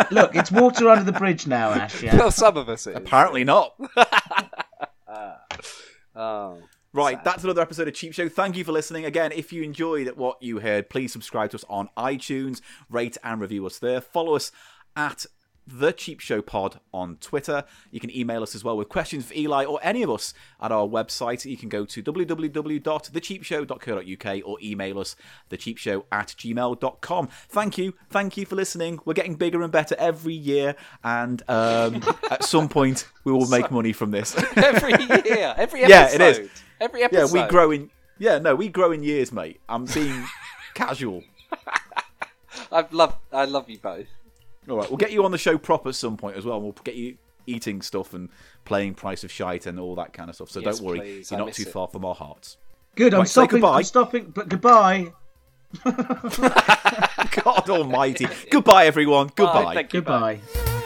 [SPEAKER 2] Look, it's water under the bridge now, Ash. Yeah.
[SPEAKER 3] well, some of us. It is.
[SPEAKER 1] Apparently not.
[SPEAKER 3] Oh.
[SPEAKER 1] Right, that's another episode of Cheap Show. Thank you for listening. Again, if you enjoyed what you heard, please subscribe to us on iTunes, rate and review us there. Follow us at The Cheap Show Pod on Twitter. You can email us as well with questions for Eli or any of us at our website. You can go to www.thecheapshow.co.uk or email us thecheapshow at gmail.com. Thank you. Thank you for listening. We're getting bigger and better every year. And um, at some point, we will make money from this.
[SPEAKER 3] every year, every episode.
[SPEAKER 1] Yeah, it is.
[SPEAKER 3] Every
[SPEAKER 1] yeah,
[SPEAKER 3] episode.
[SPEAKER 1] we grow in. Yeah, no, we grow in years, mate. I'm being casual.
[SPEAKER 3] I love, I love you both.
[SPEAKER 1] All right, we'll get you on the show proper at some point as well. and We'll get you eating stuff and playing Price of Shite and all that kind of stuff. So
[SPEAKER 3] Yes,
[SPEAKER 1] don't worry,
[SPEAKER 3] please,
[SPEAKER 1] you're
[SPEAKER 3] I
[SPEAKER 1] not
[SPEAKER 3] miss
[SPEAKER 1] too
[SPEAKER 3] it.
[SPEAKER 1] far from our hearts.
[SPEAKER 2] Good. I'm
[SPEAKER 1] Right, say
[SPEAKER 2] stopping.
[SPEAKER 1] goodbye.
[SPEAKER 2] I'm stopping. But goodbye.
[SPEAKER 1] God Almighty! Goodbye, everyone.
[SPEAKER 3] Bye,
[SPEAKER 1] Goodbye.
[SPEAKER 3] thank you both.
[SPEAKER 2] Goodbye.